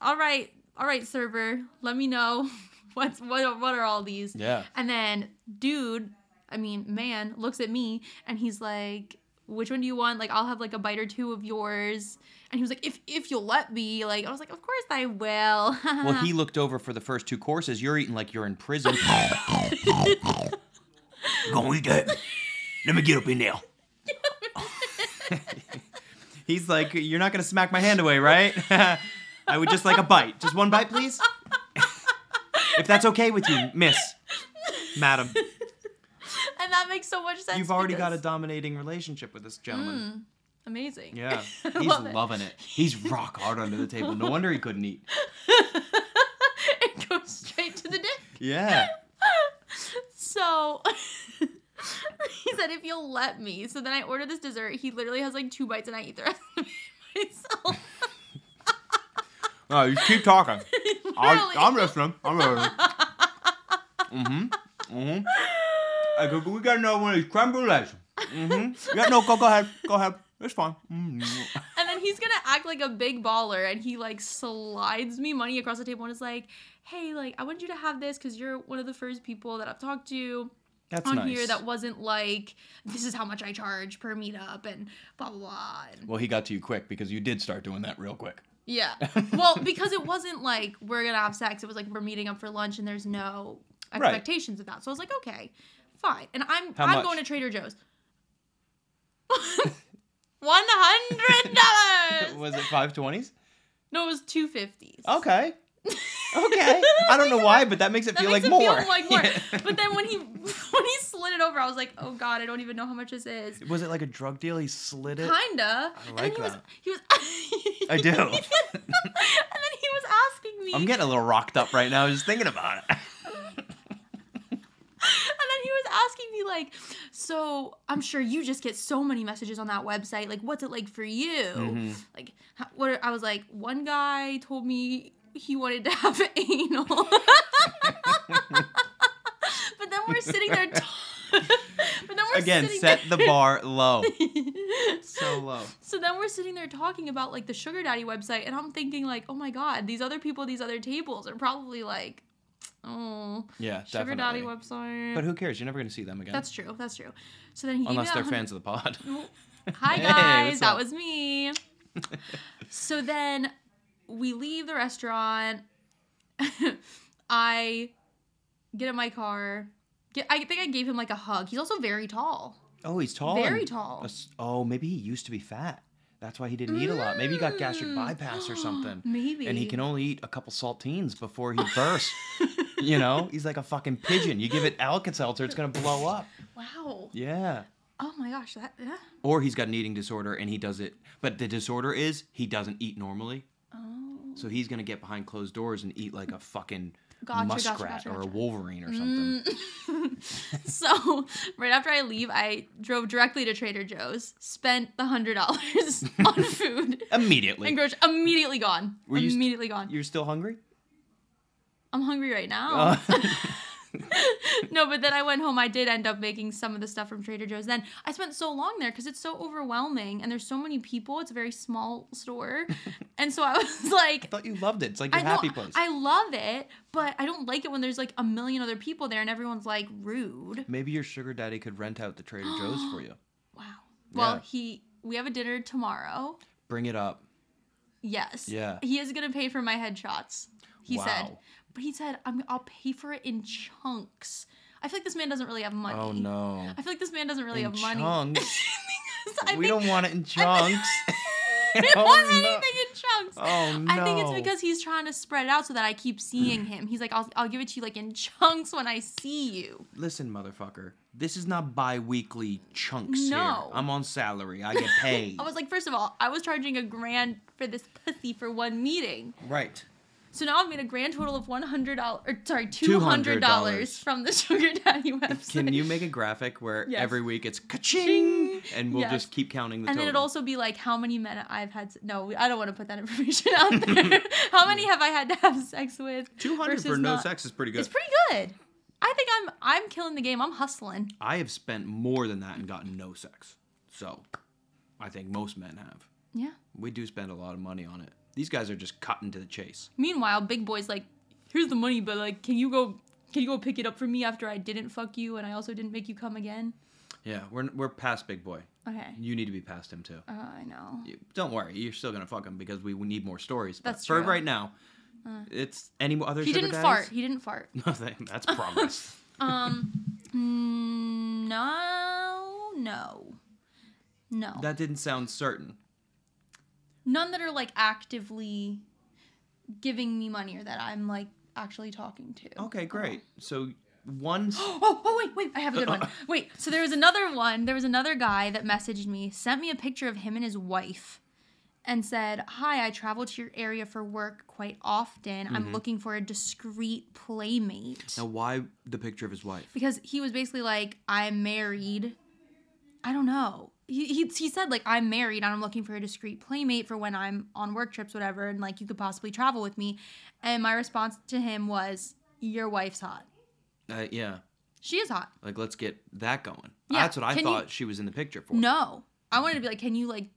all right, all right, server, let me know what's what, are- what are all these? Yeah. And then dude, I mean, man, looks at me and he's like, which one do you want? Like, I'll have like a bite or two of yours. And he was like, if if you'll let me, like, I was like, of course I will. Well, Uh-huh. he looked over for the first two courses. You're eating like you're in prison. Gonna eat that. Let me get up in there. He's like, you're not gonna smack my hand away, right? I would just like a bite, just one bite, please. if that's okay with you, Miss, Madam, and that makes so much sense. you've already got a because- Hmm, dominating relationship with this gentleman. amazing. Yeah, I he's Mm. love it. loving it. He's rock hard under the table. No wonder he couldn't eat. it goes straight to the dick. Yeah. So he said, if you'll let me. So then I order this dessert. He literally has like two bites, and I eat the rest of it myself. Oh, you keep talking. Literally. listening. I'm listening. mm-hmm. Mm-hmm. I go, we gotta know when it's creme brulees. Mm-hmm. Yeah, no, go, go ahead. Go ahead. It's fine. Mm. and then he's gonna act like a big baller, and he like slides me money across the table and is like, "Hey, like I want you to have this because you're one of the first people that I've talked to." That's on nice. here that wasn't like this is how much I charge per meetup and blah blah blah and well, he got to you quick because you did start doing that real quick. Yeah. Well, because it wasn't like we're gonna have sex. It was like we're meeting up for lunch, and there's no Right. expectations of that. So I was like, okay, fine. And I'm How I'm much? going to Trader Joe's. One hundred dollars. Was it five twenties? no, it was two fifties. Okay. Okay. I don't know why, but that makes it That feel makes like it more. feel like more. Yeah. But then when he when he slid it over, I was like, oh god, I don't even know how much this is. Was it like a drug deal? He slid it. Kinda. like and then that. he was he was I do. and then he was asking me. I'm getting a little rocked up right now just thinking about it. And then he was asking be like, so I'm sure you just get so many messages on that website. Like, what's it like for you? Mm-hmm. Like, how, what? are- I was like, one guy told me he wanted to have anal. but then we're sitting there. T- but then we're Again, sitting set the there- bar low. so low. so then we're sitting there talking about like the sugar daddy website, and I'm thinking like, oh my god, these other people, at these other tables are probably like, oh, Yeah, sugar daddy definitely. website. But who cares? You're never going to see them again. that's true. That's true. So then he Unless gave they're me that hundred- fans of the pod. Hi Hey, guys, what's that up? was me. so then we leave the restaurant. I get in my car. Get, I think I gave him like a hug. He's also very tall. oh, he's tall. Very and- tall. Us- Oh, maybe he used to be fat. That's why he didn't eat a lot. Maybe he got gastric Mm. bypass or something. Maybe. And he can only eat a couple saltines before he bursts. you know, he's like a fucking pigeon. You give it Alka-Seltzer, it's gonna blow up. Wow. Yeah. Oh my gosh, that. Yeah. Or he's got an eating disorder and he does it. But the disorder is he doesn't eat normally, Oh. so he's gonna get behind closed doors and eat like a fucking Gotcha, gotcha, muskrat gotcha, or a gotcha. Mm. wolverine or something. so right after I leave, I drove directly to Trader Joe's, spent the hundred dollars on food and Immediately. grocery. Immediately gone. Were you st- immediately gone. You're still hungry? I'm hungry right now. Uh, no, but then I went home. I did end up making some of the stuff from Trader Joe's. Then I spent so long there because it's so overwhelming and there's so many people. It's a very small store, and so I was like, I thought you loved it. It's like I your know happy place. I love it, but I don't like it when there's like a million other people there and everyone's like rude. Maybe your sugar daddy could rent out the Trader Joe's for you. Wow. Well, Yeah. he we have a dinner tomorrow. Bring it up. Yes. Yeah. He is gonna pay for my headshots. He said, Wow. but he said I'm, I'll pay for it in chunks. I feel like this man doesn't really have money. Oh no. I feel like this man doesn't really In have money. chunks. I we think- don't want it in chunks. it Oh, wasn't no. anything in chunks. Oh, I think it's no. because he's trying to spread it out so that I keep seeing him. He's like, I'll, I'll give it to you like in chunks when I see you. Listen, motherfucker. This is not bi-weekly chunks No. here. I'm on salary. I get paid. I was like, first of all, I was charging a grand for this pussy for one meeting. right. So now I've made a grand total of one hundred dollars, or sorry, two hundred dollars $200. from the sugar daddy website. Can you make a graphic where Yes. every week it's ka-ching and we'll Yes. just keep counting the and total. then it'd also be like how many men I've had. s- No, I don't want to put that information out there. how many have I had to have sex with? 200 for versus no not? sex is pretty good. It's pretty good. I think I'm I'm killing the game. I'm hustling. I have spent more than that and gotten no sex. So, I think most men have. Yeah. We do spend a lot of money on it. These guys are just cutting to the chase. Meanwhile, big boy's like, here's the money, but like, can you go? Can you go pick it up for me after I didn't fuck you and I also didn't make you come again? Yeah, we're we're past big boy. Okay. You need to be past him too. Uh, I know. You- Don't worry, you're still gonna fuck him because we need more stories. But That's for true. Uh. right now, it's any mo- other. He sugar didn't fart. daddies? He didn't fart. Nothing. That's progress. Um, mm, no, no, no. that didn't sound certain. None that are like actively giving me money or that I'm like actually talking to. Okay, great. So one. s- Oh, oh, wait, wait, I have a good one. Wait, so there was another one. There was another guy that messaged me, sent me a picture of him and his wife, and said, Hi, I travel to your area for work quite often. I'm Mm-hmm. looking for a discreet playmate. now, why the picture of his wife? Because he was basically like, I'm married. I don't know. He, he, he said, like, I'm married and I'm looking for a discreet playmate for when I'm on work trips, whatever, and like, you could possibly travel with me. And my response to him was, Your wife's hot. Uh, yeah, She is hot. like let's get that going. Yeah, That's what I can you- thought she was in the picture for. No. I wanted to be like, can you like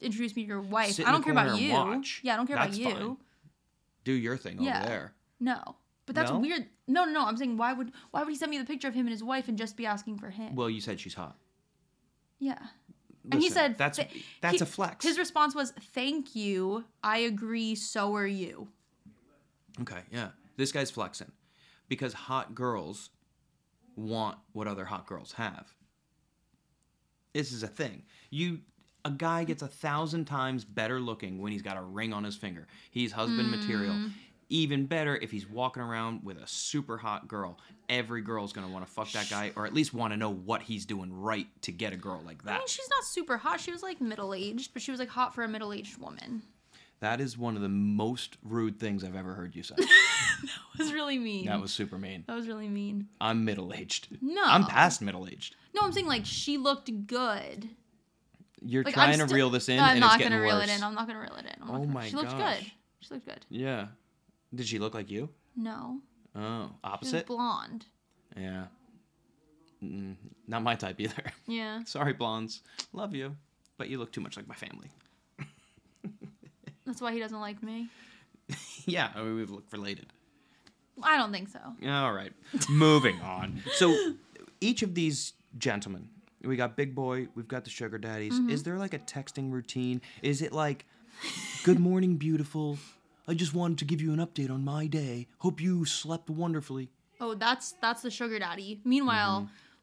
introduce me to your wife? Sit in I the don't care about corner and you. watch. Yeah, I don't care That's about you. fine. Do your thing over Yeah. there. No. But that's No? weird. No, no, no. I'm saying why would why would he send me the picture of him and his wife and just be asking for him? Well, you said she's hot. yeah. and he Listen, said that's th- that's he- a flex. His response was, "Thank you. I agree. So are you." Okay, yeah. This guy's flexing because hot girls want what other hot girls have. This is a thing. You a guy gets a thousand times better looking when he's got a ring on his finger. He's husband material. Even better if he's walking around with a super hot girl. Every girl's gonna want to fuck that guy, or at least want to know what he's doing right to get a girl like I that. mean, she's not super hot. She was like middle aged, but she was like hot for a middle aged woman. That is one of the most rude things I've ever heard you say. That was really mean. that was super mean. That was really mean. I'm middle aged. No. I'm past middle aged. No, I'm saying like she looked good. You're Like trying I'm to still- reel this in, I'm and not it's getting gonna worse. reel it in. I'm not gonna reel it in. I'm not Oh gonna- my She looked gosh. good. She looked good. yeah. Did she look like you? No, Oh, she was opposite. blonde. yeah. Mm, not my type either. Yeah. Sorry, blondes. Love you, but you look too much like my family. That's why he doesn't like me. yeah, I mean, we look related. I don't think so. All right. Moving on. So each of these gentlemen, we got Big Boy, we've got the Sugar Daddies. Mm-hmm. Is there like a texting routine? Is it like, Good morning, beautiful. I just wanted to give you an update on my day. Hope you slept wonderfully. Oh, that's that's the sugar daddy. Meanwhile,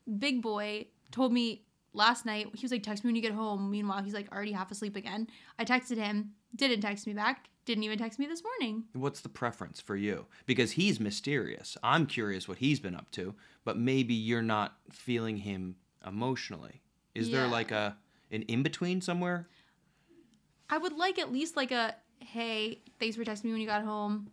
Mm-hmm. big boy told me last night he was like, "Text me when you get home." Meanwhile, he's like already half asleep again. I texted him, didn't text me back, didn't even text me this morning. What's the preference for you? Because he's mysterious. I'm curious what he's been up to, but maybe you're not feeling him emotionally. Is there Yeah. like a an in between somewhere? I would like at least like a hey, thanks for texting me when you got home.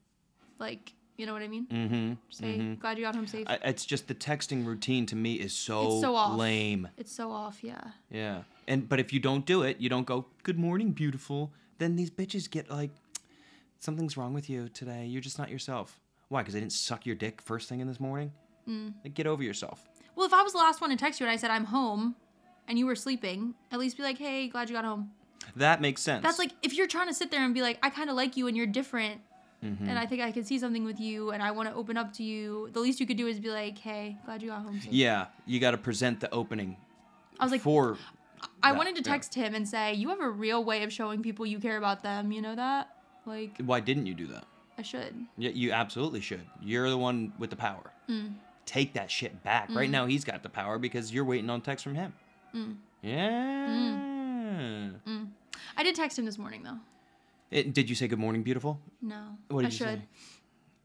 Like, you know what I mean? Mm-hmm. Say, glad you got home safe. I, it's just the texting routine to me is so, It's so off. lame. it's so off, yeah. Yeah. And but if you don't do it, you don't go, "Good morning, beautiful." Then these bitches get like something's wrong with you today. You're just not yourself. Why? Cuz I didn't suck your dick first thing in this morning? Mm. Like get over yourself. Well, if I was the last one to text you and I said I'm home and you were sleeping, at least be like, hey, glad you got home. That makes sense. That's like if you're trying to sit there and be like, I kind of like you and you're different, Mm-hmm. and I think I can see something with you and I want to open up to you. The least you could do is be like, hey, glad you got home. safe." Yeah, you got to present the opening I was like, for I that, wanted to yeah. text him and say, you have a real way of showing people you care about them. You know that? Like, why didn't you do that? I should. Yeah, you absolutely should. You're the one with the power. Mm. Take that shit back. Right now, he's got the power because you're waiting on text from him. Mm. Yeah. I did text him this morning though. It- did you say good morning, beautiful? No, What did I you should. say?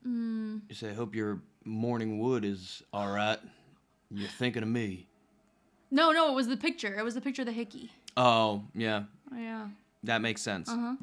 You say, hope your morning wood is all right. You're thinking of me. No, no, it was the picture. It was the picture of the hickey. Oh, yeah. Oh, yeah. That makes sense. Uh-huh.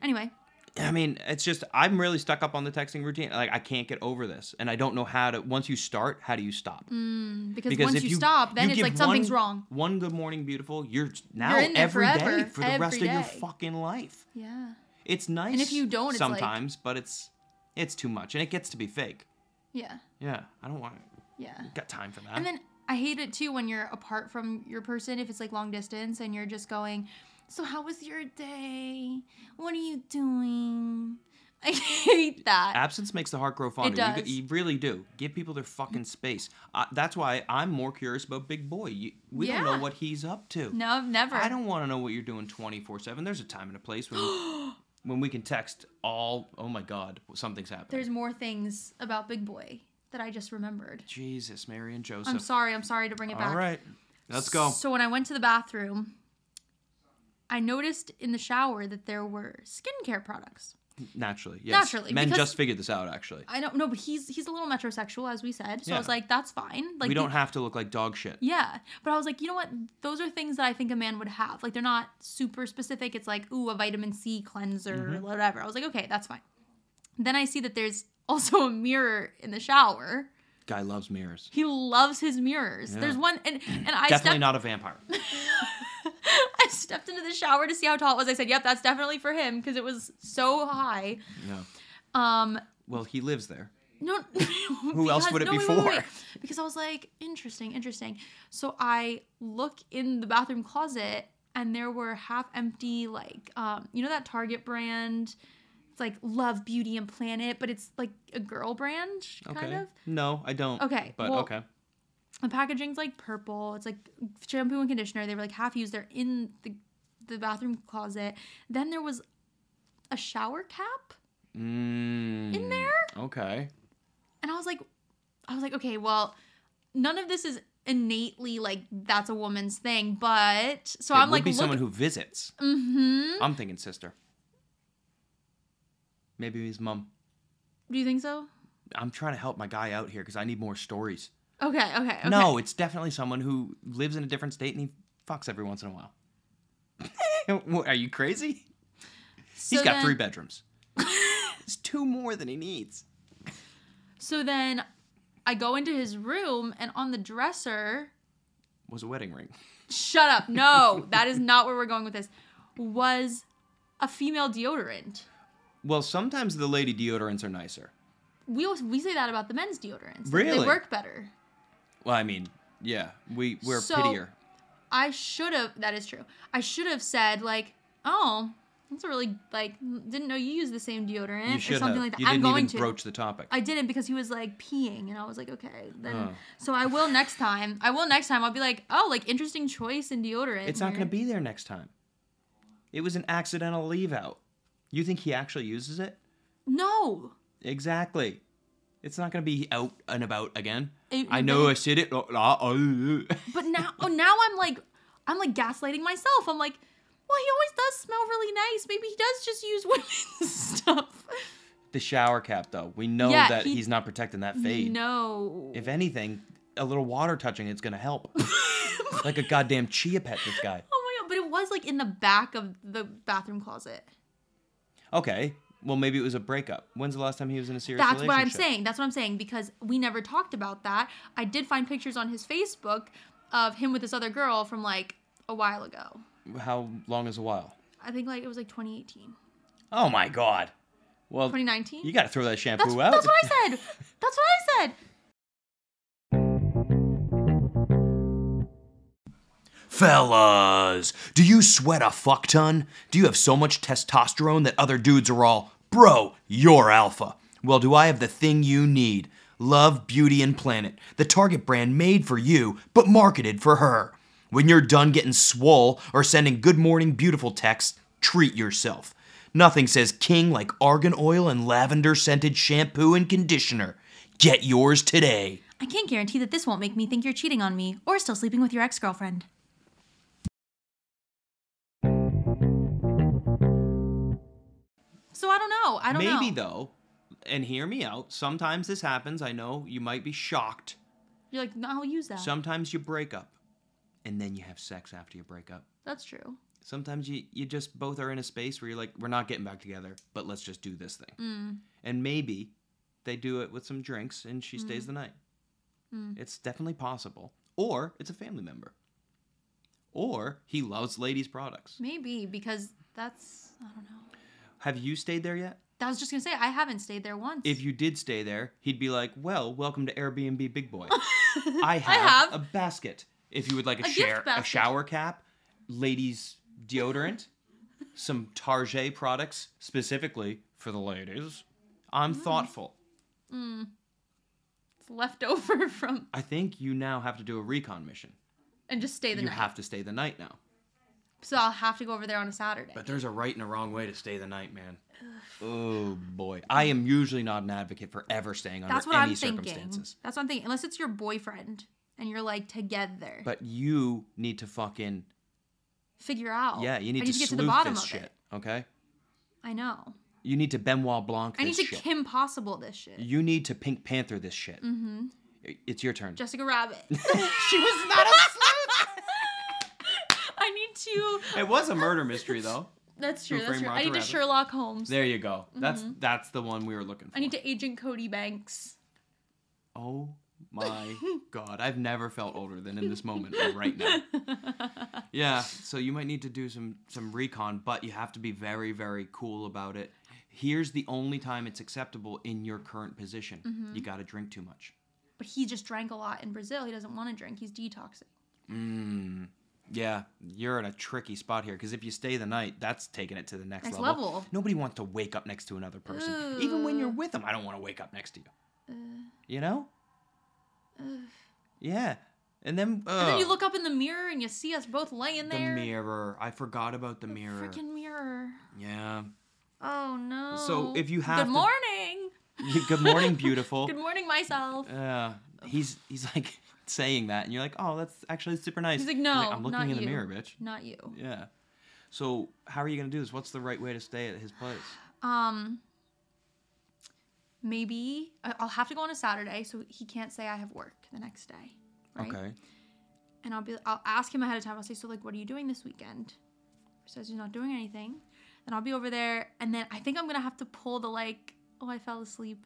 Anyway, I mean, it's just I'm really stuck up on the texting routine. Like I can't get over this, and I don't know how to. Once you start, how do you stop? because, once you, stop, then you it's give like something's one- wrong. One good morning, beautiful. You're now You're in there every day forever, for the rest every of your day. fucking life. Yeah. It's nice. if you don't, it's like- sometimes, but it's it's too much, and it gets to be fake. Yeah. Yeah, I don't want. Yeah. Got time for that? And then I hate it too when you're apart from your person, if it's like long distance and you're just going, So, how was your day? What are you doing? I hate that. Absence makes the heart grow fonder. You g- does. You, really do. Give people their fucking space. Uh, that's why I'm more curious about Big Boy. You, we don't Yeah. know what he's up to. No, never. I don't want to know what you're doing 24 7. There's a time and a place when, when we can text all, oh my God, something's happening. There's more things about Big Boy that I just remembered. Jesus, Mary and Joseph. I'm sorry. I'm sorry to bring it back. All right. Let's go. So, when I went to the bathroom, I noticed in the shower that there were skincare products. Naturally. Yes. Naturally, Men because- just figured this out, actually. I don't know, but he's he's a little metrosexual, as we said. So I was Yeah. like, that's fine. Like we the- don't have to look like dog shit. Yeah. But I was like, you know what? Those are things that I think a man would have. Like, they're not super specific. It's like, ooh, a vitamin C cleanser Mm-hmm. or whatever. I was like, okay, that's fine. Then I see that there's also a mirror in the shower. Guy loves mirrors. He loves his mirrors. There's one, and, and I, Definitely stepped, not a vampire. I stepped into the shower to see how tall it was. I said, yep, that's definitely for him because it was so high. No. Um, Well, he lives there. No. Who else would it be for? Because I was like, interesting, interesting. So I look in the bathroom closet, and there were half empty, like, um, you know that Target brand. It's like Love Beauty and Planet, but it's like a girl brand, kind Okay. of. No, I don't. Okay, But well- okay. The packaging's like purple. It's like shampoo and conditioner. They were like half used. They're in the the bathroom closet. Then there was a shower cap. Mm, in there? Okay. and I was like, I was like, okay, well, none of this is innately like that's a woman's thing, but so it I'm would like, be look, someone who visits. mm-hmm. I'm thinking sister. Maybe his mom. Do you think so? I'm trying to help my guy out here because I need more stories. Okay, okay, okay. No, it's definitely someone who lives in a different state and he fucks every once in a while. What, Are you crazy? He's So got then- three bedrooms. it's two more than he needs. So then I go into his room and on the dresser, Was a wedding ring. shut up. No, that is not where we're going with this. Was a female deodorant. Well, sometimes the lady deodorants are nicer. We always, we say that about the men's deodorants. They Really? work better. Well, I mean, yeah, we we're So- pittier. I should have that is true. I should have said like, "Oh, that's a really like didn't know you use the same deodorant You or should eh, something have. like that." You I'm didn't going even to. broach the topic. I didn't because he was like peeing, and I was like, okay, then. Oh. So I will next time. I will next time. I'll be like, oh, like interesting choice in deodorant. It's not going here." to be there next time. It was an accidental leave out. You think he actually uses it? No. Exactly. It's not going to be out and about again. It- I know but I said it. uh, uh, uh. But now, oh, now I'm like, I'm like gaslighting myself. I'm like, well, he always does smell really nice. Maybe he does just use women's stuff. The shower cap, though. We know Yeah, that he- he's not protecting that fade. No. If anything, a little water touching it's going to help. like a goddamn chia pet, this guy. Oh my god! But it was like in the back of the bathroom closet. Okay. Well, maybe it was a breakup. When's the last time he was in a serious That's what relationship? I'm saying. That's what I'm saying because we never talked about that. I did find pictures on his Facebook of him with this other girl from like a while ago. How long is a while? I think like it was like 2018, Oh my god. Well, 2019. you got to throw that shampoo that's, out. that's what I said. That's what I said. Fellas, do you sweat a fuck ton? Do you have so much testosterone that other dudes are all, bro, you're alpha? Well, do I have the thing you need? Love, Beauty, and Planet, the Target brand made for you, but marketed for her. When you're done getting swole or sending good morning beautiful texts, treat yourself. Nothing says king like argan oil and lavender scented shampoo and conditioner. Get yours today. I can't guarantee that this won't make me think you're cheating on me or still sleeping with your ex girlfriend. So I don't know. I don't know. Maybe though, and hear me out. Sometimes this happens. I know you might be shocked. You're like, no, I'll use that. Sometimes you break up, and then you have sex after you break up. That's true. Sometimes you you just both are in a space where you're like, we're not getting back together, but let's just do this Mm. thing. Hmm, And maybe they do it with some drinks, and she Mm. stays the night. It's definitely possible. Or it's a family member. Or he loves ladies' products. Maybe because that's I don't know. Have you stayed there yet? I was just gonna say I haven't stayed there once. if you did stay there, he'd be like, "Well, welcome to Airbnb, big boy. I have, have. a basket. If you would like a, gift share, a basket. shower cap, ladies' deodorant, some Target products specifically for the ladies. I'm Mm. thoughtful. it's left over from I think you now have to do a recon mission. and just stay the you night. have to stay the night now. so I'll have to go over there on a Saturday. But there's a right and a wrong way to stay the night, man. Oh boy, I am usually not an advocate for ever staying under That's what any I'm thinking. circumstances. That's what I'm thinking. Unless it's your boyfriend and you're like together. But you need to fucking Figure out. Yeah, you need, Oh, to, I need to get to sleuth the bottom this of shit. it. Okay, I know. you need to Benoit Blanc this I need to shit. Kim Possible this shit. you need to Pink Panther this shit. Mm-hmm. It's your turn. Jessica Rabbit. she was not a sleuth. I need to. it was a murder mystery though. That's true. Who That's Framed true. I Roger need to Rabbit? Sherlock Holmes. There you go. That's that's the one we were looking for. Mm-hmm. I need to Agent Cody Banks. Oh my god, I've never felt older than in this moment or right now. Yeah, so you might need to do some some recon, but you have to be very very cool about it. Here's the only time it's acceptable in your current position. Mm-hmm. You got to drink too much. But he just drank a lot in Brazil. He doesn't want to drink. He's detoxing. Yeah, you're in a tricky spot here because if you stay the night, that's taking it to the next, Next level. level. Nobody wants to wake up next to another person. Even when you're with them, I don't want to wake up next to you. Uh. you know? yeah. And then, And then you ugh, look up in the mirror and you see us both laying Oh. the there. mirror. I forgot about the mirror. Freaking mirror. Yeah. Oh no. So, if you have Good to- Oh. morning. Good morning, beautiful. Good morning, myself. Yeah. he's he's like saying that, and you're like, oh, that's actually super nice. He's like, "No, I'm looking not in the you." mirror, bitch. Not you. Yeah. So how are you gonna do this? What's the right way to stay at his place? Um. Maybe I- I'll have to go on a Saturday, so he can't say I have work the next day. Right? Okay. and I'll be I'll ask him ahead of time. I'll say, so like, what are you doing this weekend? He says he's not doing anything. Then I'll be over there, and then I think I'm gonna have to pull the like, oh, I fell asleep.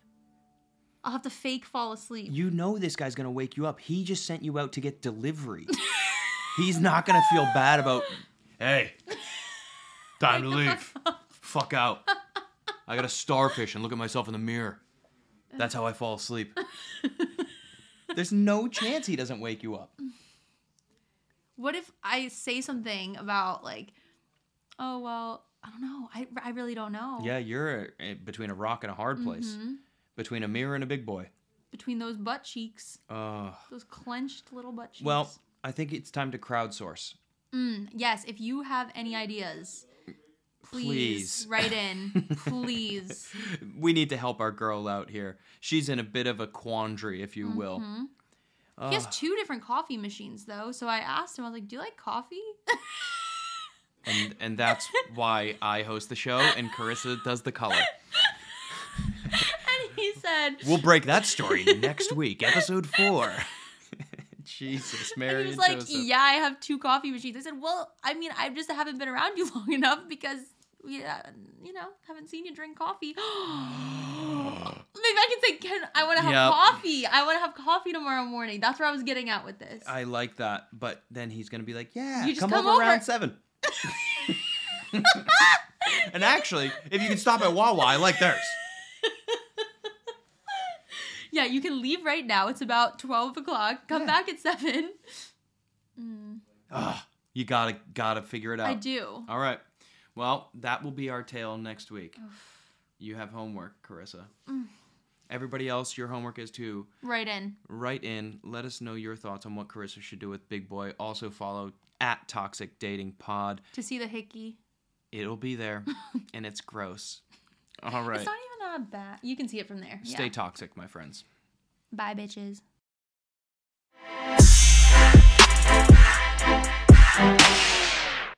I'll have to fake fall asleep. You know this guy's gonna wake you up. He just sent you out to get delivery. He's not gonna feel bad about. Hey, time to leave. Fuck out. I got a starfish and look at myself in the mirror. That's how I fall asleep. There's no chance he doesn't wake you up. What if I say something about like, oh well, I don't know. I, I really don't know. Yeah, you're uh, between a rock and a hard place, between a mirror and a big boy. Between those butt cheeks, Uh, those clenched little butt cheeks. well, I think it's time to crowdsource. Mm, yes. If you have any ideas, please, Please. write in. please. We need to help our girl out here. She's in a bit of a quandary, if you Mm-hmm. will. Ah, He has two different coffee machines though, so I asked him. I was like, "Do you like coffee?" and and that's why I host the show and Carissa does the color. and he said, We'll break that story next week, episode four. Jesus, And Mary he was and like, Joseph. "Yeah, I have two coffee machines." I said, "Well, I mean, I just haven't been around you long enough because, yeah, you know, haven't seen you drink coffee." Maybe I can say, "Ken, I want to have Yep. coffee. I want to have coffee tomorrow morning." That's where I was getting at with this. I like that, but then he's gonna be like, "Yeah, You just come, come over around over." seven. and actually, if you can stop at Wawa, I like theirs. yeah, you can leave right now. It's about twelve o'clock. Come Yeah. back at seven. Ugh, Ah, you gotta gotta figure it out. I do. All right. Well, that will be our tale next week. You have homework, Carissa. Mm. Everybody else, your homework is to Right in. write in. Let us know your thoughts on what Carissa should do with Big Boy. Also follow at Toxic Dating Pod. to see the hickey. It'll be there, and it's gross. All right. It's not even that bad. You can see it from there. Stay yeah. toxic, my friends. Bye, bitches.